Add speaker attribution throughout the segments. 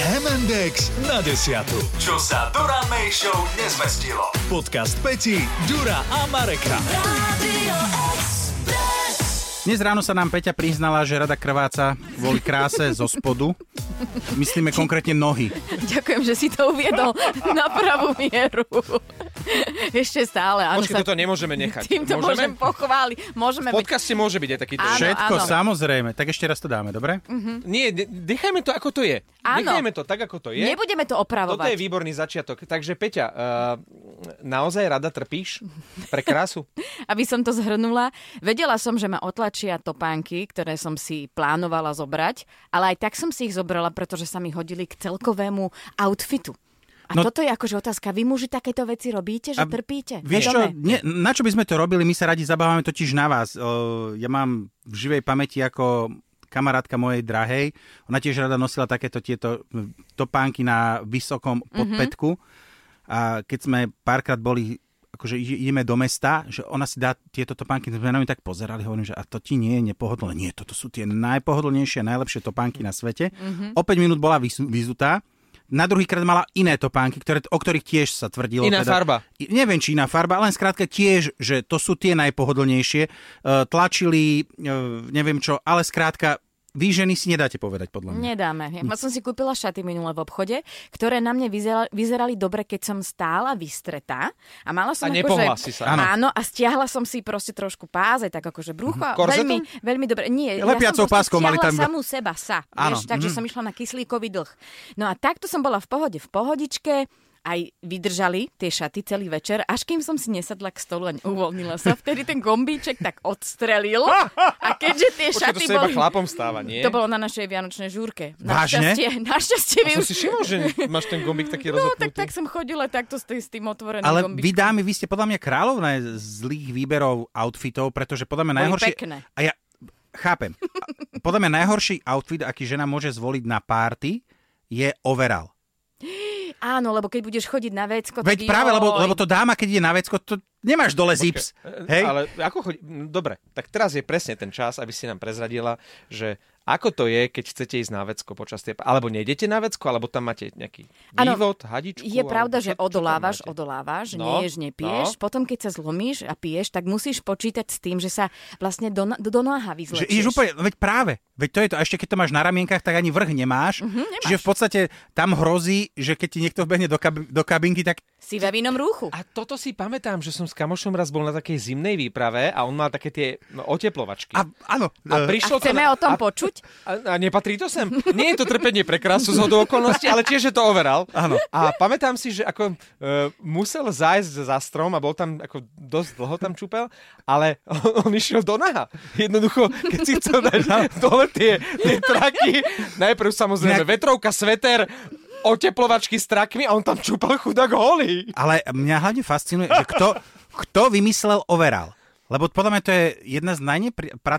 Speaker 1: Index na desiatu. Čo sa Dura May Show nezmestilo. Podcast Peti, Dura a Mareka.
Speaker 2: Dnes ráno sa nám Peťa priznala, že rada krváca kvôli kráse zo spodu. Myslíme konkrétne nohy.
Speaker 3: Ďakujem, že si to uviedol na pravú mieru. Ešte stále, áno.
Speaker 4: Počkej, toto nemôžeme nechať.
Speaker 3: Týmto môžem
Speaker 4: Môžeme?
Speaker 3: pochváliť. Môžeme byť.
Speaker 4: V podcaste môže byť aj takýto.
Speaker 3: Áno,
Speaker 2: Všetko,
Speaker 3: áno.
Speaker 2: samozrejme. Tak ešte raz to dáme, dobre?
Speaker 4: Nie, ne- nechajme to, ako to je.
Speaker 3: Áno.
Speaker 4: Nechajme to tak, ako to je.
Speaker 3: Nebudeme to opravovať.
Speaker 4: Toto je výborný začiatok. Takže Peťa, uh, naozaj rada trpíš pre krásu?
Speaker 3: aby som to zhrnula. Vedela som, že ma otlačia topánky, ktoré som si plánovala zobrať, ale aj tak som si ich zobrala, pretože sa mi hodili k celkovému outfitu. A
Speaker 2: No-
Speaker 3: no, toto je akože otázka. Vy muži takéto veci robíte, že trpíte?
Speaker 2: Vieš čo,
Speaker 3: Vedome?
Speaker 2: ne, na čo by sme to robili? My sa radi zabávame totiž na vás. O, Ja mám v živej pamäti ako kamarátka mojej drahej. Ona tiež rada nosila takéto tieto topánky na vysokom podpetku. A keď sme párkrát boli akože ide- ideme do mesta, že ona si dá tieto topánky, sme na ňu tak pozerali, hovorím, že a to ti nie je nepohodlné. Nie, toto sú tie najpohodlnejšie, najlepšie topánky na svete. O 5 minút bola vysu- vyzutá, na druhýkrát mala iné topánky, ktoré, o ktorých tiež sa tvrdilo.
Speaker 4: Iná
Speaker 2: teda,
Speaker 4: farba.
Speaker 2: i- neviem, či iná farba, len skrátka tiež, že to sú tie najpohodlnejšie. E, Tlačili, e, neviem čo, ale skrátka, vy ženy si nedáte povedať, podľa mňa.
Speaker 3: Nedáme. Ja som si kúpila šaty minule v obchode, ktoré na mne vyzerali, vyzerali dobre, keď som stála vystretá a mala som
Speaker 4: A nepohla
Speaker 3: akože,
Speaker 4: si sa.
Speaker 3: Áno. áno, a stiahla som si proste trošku páze, tak akože brúcho. a Veľmi,
Speaker 4: Korzetom?
Speaker 3: veľmi dobre. Nie,
Speaker 2: Lepiacou
Speaker 3: ja som proste
Speaker 2: páskou mali
Speaker 3: stiahla
Speaker 2: tam-
Speaker 3: samú seba, sa.
Speaker 2: Áno,
Speaker 3: Vieš, takže som išla na kyslíkový dlh. No a takto som bola v pohode, v pohodičke, aj vydržali tie šaty celý večer, až kým som si nesadla k stolu a uvoľnila sa. Vtedy ten gombíček tak odstrelil a keďže tie
Speaker 4: Počkaj, to
Speaker 3: šaty
Speaker 4: sa iba
Speaker 3: boli...
Speaker 4: chlapom stáva, nie?
Speaker 3: To bolo na našej vianočnej žúrke.
Speaker 2: Vážne?
Speaker 3: Našťastie, našťastie
Speaker 4: Ja
Speaker 3: vy
Speaker 4: Som
Speaker 3: už...
Speaker 4: si všimol, že máš ten gombík taký
Speaker 3: No,
Speaker 4: rozopnutý.
Speaker 3: tak, tak som chodila takto s, tý, s tým otvoreným
Speaker 2: Ale
Speaker 3: gombíčkom.
Speaker 2: vy dámy, vy ste podľa mňa kráľovné zlých výberov outfitov, pretože podľa mňa
Speaker 3: Boli
Speaker 2: najhoršie...
Speaker 3: pekné.
Speaker 2: A ja chápem. A Podľa mňa najhorší outfit, aký žena môže zvoliť na párty, je overall.
Speaker 3: Áno, lebo keď budeš chodiť na vecko, tak
Speaker 2: Veď práve,
Speaker 3: joj.
Speaker 2: lebo, lebo to dáma, keď ide na vecko, to nemáš dole zips. Hej?
Speaker 4: Hej. Eh, e, Ale ako chodí... no, Dobre, tak teraz je presne ten čas, aby si nám prezradila, že ako to je, keď chcete ísť na vecko počas tej... Alebo nejdete na vecko, alebo tam máte nejaký
Speaker 3: Áno,
Speaker 4: vývod, hadičku.
Speaker 3: Je pravda,
Speaker 4: alebo čo-
Speaker 3: že
Speaker 4: čo tam
Speaker 3: odolávaš,
Speaker 4: máte?
Speaker 3: odolávaš,
Speaker 4: No,
Speaker 3: neješ, nepieš.
Speaker 4: no.
Speaker 3: Potom, keď sa zlomíš a piješ, tak musíš počítať s tým, že sa vlastne do, na- do noha
Speaker 2: Že
Speaker 3: vyzlečieš.
Speaker 2: ideš úplne, no veď práve, veď to je to. A ešte keď to máš na ramienkach, tak ani vrch nemáš.
Speaker 3: Mhm, nemáš.
Speaker 2: Čiže v podstate tam hrozí, že keď ti niekto vbehne do, kab- do kabinky, tak
Speaker 3: Si ve vínom rúchu.
Speaker 4: A toto si pamätám, že som s kamošom raz bol na takej zimnej výprave a on mal také tie no, oteplovačky.
Speaker 2: a, áno, e,
Speaker 3: A
Speaker 4: a prišlo
Speaker 3: chceme
Speaker 4: to na,
Speaker 3: o tom
Speaker 4: a,
Speaker 3: počuť?
Speaker 4: A, a nepatrí to sem? Nie je to trpenie pre krásu z hodou okolností, ale tiež je to overal. Áno. A pamätám si, že ako e, musel zájsť za strom a bol tam ako dosť dlho tam čupel, ale on, on išiel do naha. Jednoducho, keď si chcel dať dole tie, tie traky, najprv
Speaker 2: Nejak-
Speaker 4: samozrejme vetrovka, sveter, oteplovačky s trakmi a on tam čupal chudák holý.
Speaker 2: ale mňa hlavne fascinuje, že kto, kto vymyslel overall. Lebo podľa mňa to je jedna z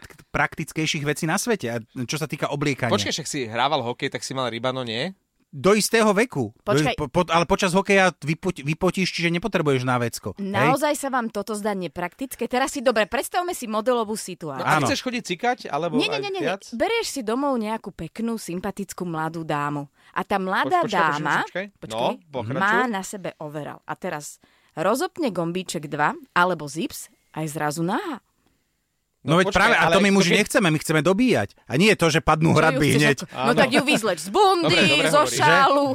Speaker 2: najpraktickejších vecí na svete, a čo sa týka obliekania.
Speaker 4: Počkej, však si hrával hokej, tak si mal rybano, nie?
Speaker 2: Do istého veku.
Speaker 3: Počkaj.
Speaker 2: Do, po, ale počas hokeja vypoť, vypotíš, čiže nepotrebuješ na vecko. Hej?
Speaker 3: Naozaj sa vám toto zdá nepraktické? Teraz si dobre, predstavme si modelovú situáciu.
Speaker 4: No, A
Speaker 2: Áno.
Speaker 4: chceš chodiť cikať, alebo
Speaker 3: Nie, nie,
Speaker 4: aj
Speaker 3: nie, nie, nie.
Speaker 4: viac?
Speaker 3: Berieš si domov nejakú peknú, sympatickú mladú dámu. A tá mladá
Speaker 4: Poč- počkaj, počkaj,
Speaker 3: dáma
Speaker 4: počkaj. No, pokračuj.
Speaker 3: má na sebe overal. A teraz rozopne gombíček 2 alebo zips aj zrazu náha.
Speaker 2: No, veď
Speaker 4: počkaj,
Speaker 2: práve, a
Speaker 4: ale
Speaker 2: to my
Speaker 4: to
Speaker 2: muži
Speaker 4: keď-
Speaker 2: nechceme, my chceme dobíjať. A nie je to, že padnú
Speaker 3: Čo ju
Speaker 2: hradby
Speaker 3: chceš
Speaker 2: hneď.
Speaker 3: ako- No tak ju vyzleč z bundy,
Speaker 4: Dobre, dobre
Speaker 3: zo
Speaker 4: hovoríš, že?
Speaker 3: šálu.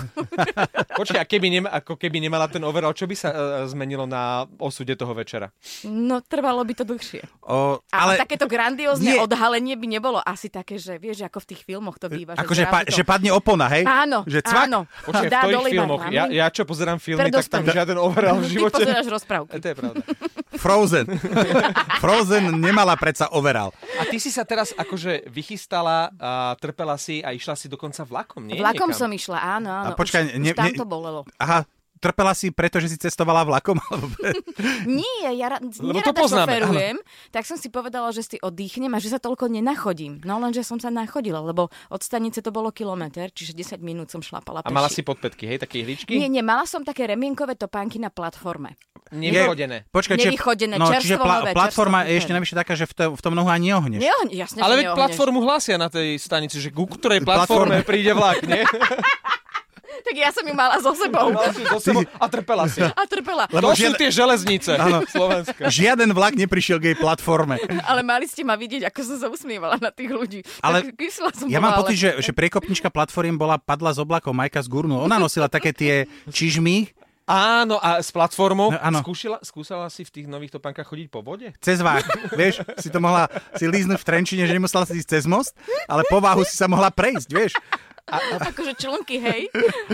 Speaker 4: Počkaj, a keby, nema, ako keby nemala ten overall, čo by sa e, zmenilo na osude toho večera?
Speaker 3: No trvalo by to dlhšie.
Speaker 2: O,
Speaker 3: A
Speaker 2: ale
Speaker 3: ale takéto
Speaker 2: Nie.
Speaker 3: grandiózne odhalenie by nebolo asi také, že vieš, ako v tých filmoch to býva.
Speaker 2: akože
Speaker 3: že,
Speaker 2: pa,
Speaker 3: zrazu to...
Speaker 2: že padne opona, hej?
Speaker 3: Áno,
Speaker 2: že cvak?
Speaker 3: áno.
Speaker 4: Počkaj, v
Speaker 3: Dá dole
Speaker 4: ktorých
Speaker 3: iba
Speaker 4: filmoch?
Speaker 3: ramien.
Speaker 4: Ja, ja čo pozerám filmy, tak tam
Speaker 3: Predostane.
Speaker 4: žiaden overall
Speaker 3: No,
Speaker 4: v
Speaker 3: Ty
Speaker 4: živote.
Speaker 3: pozeráš rozprávky.
Speaker 4: E, to je pravda.
Speaker 2: Frozen. Frozen nemala predsa overal.
Speaker 4: A ty si sa teraz akože vychystala, a trpela si a išla si dokonca vlakom, nie?
Speaker 3: Vlakom
Speaker 4: Niekam.
Speaker 3: som išla, áno, áno.
Speaker 2: A počkaj,
Speaker 3: už,
Speaker 2: ne-
Speaker 3: už tam
Speaker 2: ne-
Speaker 3: to bolelo.
Speaker 2: Aha, trpela si preto, že si cestovala vlakom? Alebo...
Speaker 3: Nie, ja ra-
Speaker 4: Lebo
Speaker 3: nerada
Speaker 4: to poznáme,
Speaker 3: šoferujem, tak som si povedala, že si oddychnem a že sa toľko nenachodím. No lenže som sa nachodila, lebo od stanice to bolo kilometr, čiže 10 minút som šlapala
Speaker 4: A
Speaker 3: peši.
Speaker 4: mala si podpätky, hej, také ihličky?
Speaker 3: Nie, nie, mala som také remienkové topánky na platforme.
Speaker 4: Nevyhodené.
Speaker 2: Počkaj, čiže-
Speaker 3: Nevychodené,
Speaker 2: no,
Speaker 3: čerstvo
Speaker 2: čiže pla-
Speaker 3: nové,
Speaker 2: platforma
Speaker 3: čerstvo
Speaker 2: je ešte
Speaker 3: kúpené.
Speaker 2: navyše taká, že v, to, v tom nohu ani neohneš.
Speaker 3: Neohne, jasne,
Speaker 4: Ale
Speaker 3: že
Speaker 4: veď
Speaker 3: neohneš.
Speaker 4: platformu hlásia na tej stanici, že ku ktorej platforme
Speaker 2: Platforme.
Speaker 4: príde vlak, nie?
Speaker 3: Tak však ja som ju mala so sebou.
Speaker 4: Mala si so sebou A trpela si.
Speaker 3: A trpela.
Speaker 4: To
Speaker 2: Lebo
Speaker 4: sú
Speaker 2: žiada-
Speaker 4: tie železnice
Speaker 2: Áno.
Speaker 4: Slovenska.
Speaker 2: Žiaden vlak neprišiel k jej platforme.
Speaker 3: Ale mali ste ma vidieť, ako som sa usmievala na tých ľudí.
Speaker 2: Ale
Speaker 3: tak kyslá som
Speaker 2: Ja mám
Speaker 3: bola,
Speaker 2: pocit,
Speaker 3: ale...
Speaker 2: že, že prekopnička platform bola padla z oblakov Majka z Gurnu. Ona nosila také tie čižmy
Speaker 4: Áno, a s platformou.
Speaker 2: No, áno.
Speaker 4: Skúšila, skúsala si v tých nových topánkach chodiť po vode?
Speaker 2: cez váh. Vieš, si to mohla si líznuť v Trenčine, že nemusela si ísť cez most, ale po váhu si sa mohla prejsť, vieš.
Speaker 3: Akože člnky, hej.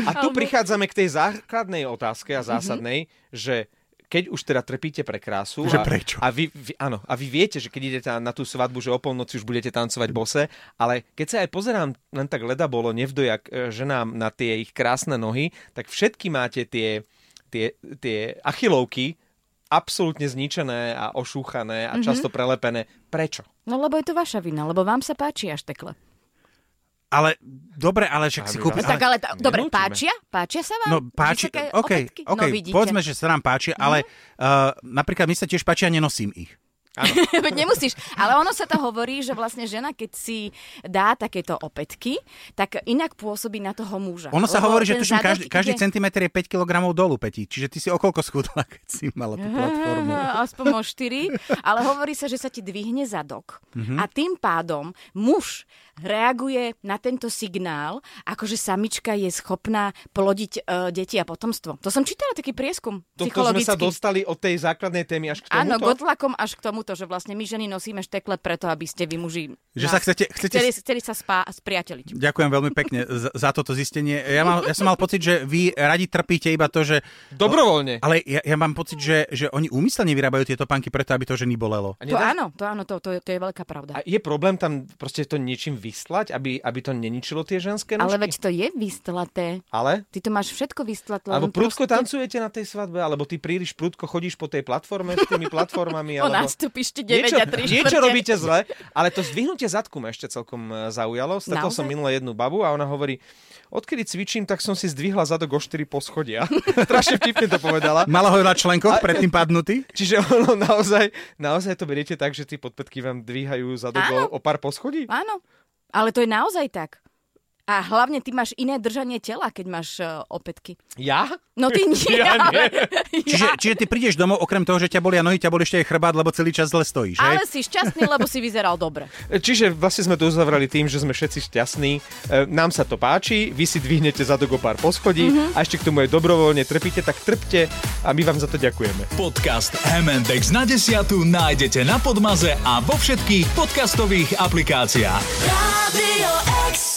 Speaker 4: A tu
Speaker 3: Alebo-
Speaker 4: prichádzame k tej základnej otázke a zásadnej, že keď už teda trpíte pre krásu
Speaker 2: Že
Speaker 4: a,
Speaker 2: prečo?
Speaker 4: A, vy, vy, áno, a vy viete, že keď idete na tú svadbu, že o polnoci už budete tancovať bose, ale keď sa aj pozerám len tak leda bolo nevdojak e, ženám na tie ich krásne nohy, tak všetky máte tie, tie, tie achilovky absolútne zničené a ošúchané a
Speaker 3: Mhm.
Speaker 4: často prelepené. Prečo?
Speaker 3: No lebo je to vaša vina, lebo vám sa páči až tekle.
Speaker 2: Ale dobre, ale však si
Speaker 4: Aby
Speaker 2: kúpi...
Speaker 4: vás-
Speaker 3: No tak ale, tá, dobre,
Speaker 4: nenútime.
Speaker 3: páčia? Páčia sa vám?
Speaker 2: No páči,
Speaker 3: Vysoké
Speaker 2: OK,
Speaker 3: opätky?
Speaker 2: OK,
Speaker 3: no, vidíte. Mhm.
Speaker 2: povedzme, že sa nám páči, ale uh, napríklad mi sa tiež páči a nenosím ich.
Speaker 3: Veď nemusíš. Ale ono sa to hovorí, že vlastne žena, keď si dá takéto opätky, tak inak pôsobí na toho muža.
Speaker 2: Ono sa
Speaker 3: Lebo
Speaker 2: hovorí, že
Speaker 3: ten
Speaker 2: tuším,
Speaker 3: zadok
Speaker 2: každý, každý
Speaker 3: ide-
Speaker 2: centimetr je 5 kg dolu, Peti. Čiže ty si okolko schudla, keď si mala tú platformu.
Speaker 3: Á, Aspoň o 4, ale hovorí sa, že sa ti dvihne zadok.
Speaker 2: Mhm.
Speaker 3: A tým pádom muž reaguje na tento signál, ako že samička je schopná plodiť e, deti a potomstvo. To som čítala taký prieskum
Speaker 4: Toto sme
Speaker 3: psychologický.
Speaker 4: sa dostali od tej základnej témy až k tomuto.
Speaker 3: Áno, gotlakom až k tomuto, že vlastne my ženy nosíme štekle preto, aby ste vy muži
Speaker 2: Že
Speaker 3: nás-
Speaker 2: sa chcete- chcete-
Speaker 3: chceli, chceli sa spá, spriateliť.
Speaker 2: Ďakujem veľmi pekne za, za toto zistenie. Ja, mám, ja som mal pocit, že vy radi trpíte iba to, že...
Speaker 4: Dobrovoľne.
Speaker 2: Ale ja, ja mám pocit, že, že oni úmyselne vyrábajú tie topánky preto, aby to ženy bolelo.
Speaker 4: A
Speaker 3: To
Speaker 4: nedá-
Speaker 3: áno, to áno, to, to, je, to je veľká pravda.
Speaker 4: A je problém tam proste to niečím vyslať, aby, aby to neničilo tie ženské nožky?
Speaker 3: Ale veď to je vystlaté.
Speaker 4: Ale?
Speaker 3: Ty to máš všetko vystlaté.
Speaker 4: Alebo
Speaker 3: len proste-
Speaker 4: prudko tancujete na tej svadbe, alebo ty príliš prudko chodíš po tej platforme s tými platformami,
Speaker 3: Po
Speaker 4: alebo...
Speaker 3: nástupiš ti 9
Speaker 4: Niečo,
Speaker 3: a 3
Speaker 4: niečo robíte zle, ale to zdvihnutie zadku ma ešte celkom e, zaujalo. Stretol
Speaker 3: Naozaj?
Speaker 4: som minule jednu babu a ona hovorí, odkedy cvičím, tak som si zdvihla zadok o 4 poschodia. Strašne vtipne to povedala.
Speaker 2: Malo ho na členkoch, predtým padnutý.
Speaker 4: Čiže ono naozaj, naozaj to beriete tak, že tí podpätky vám dvíhajú zadok
Speaker 3: Áno.
Speaker 4: o, o pár poschodí?
Speaker 3: Áno, ale to je naozaj tak. A hlavne ty máš iné držanie tela, keď máš uh, opätky.
Speaker 4: Ja?
Speaker 3: No ty nie,
Speaker 4: Ja nie.
Speaker 3: ale...
Speaker 2: Čiže, čiže ty prídeš domov, okrem toho, že ťa bolia nohy, ťa boli ešte aj chrbát, lebo celý čas zle stojíš, hej?
Speaker 3: Ale si šťastný, lebo si vyzeral dobre.
Speaker 4: Čiže vlastne sme to uzavrali tým, že sme všetci šťastní, e, nám sa to páči, vy si dvihnete zadok o pár poschodí mm-hmm. a ešte k tomu aj dobrovoľne trpíte, tak trpte a my vám za to ďakujeme.
Speaker 1: Podcast M&X na desiatu nájdete na Podmaze a vo všetkých podcastových aplikáciách.
Speaker 5: Radio X.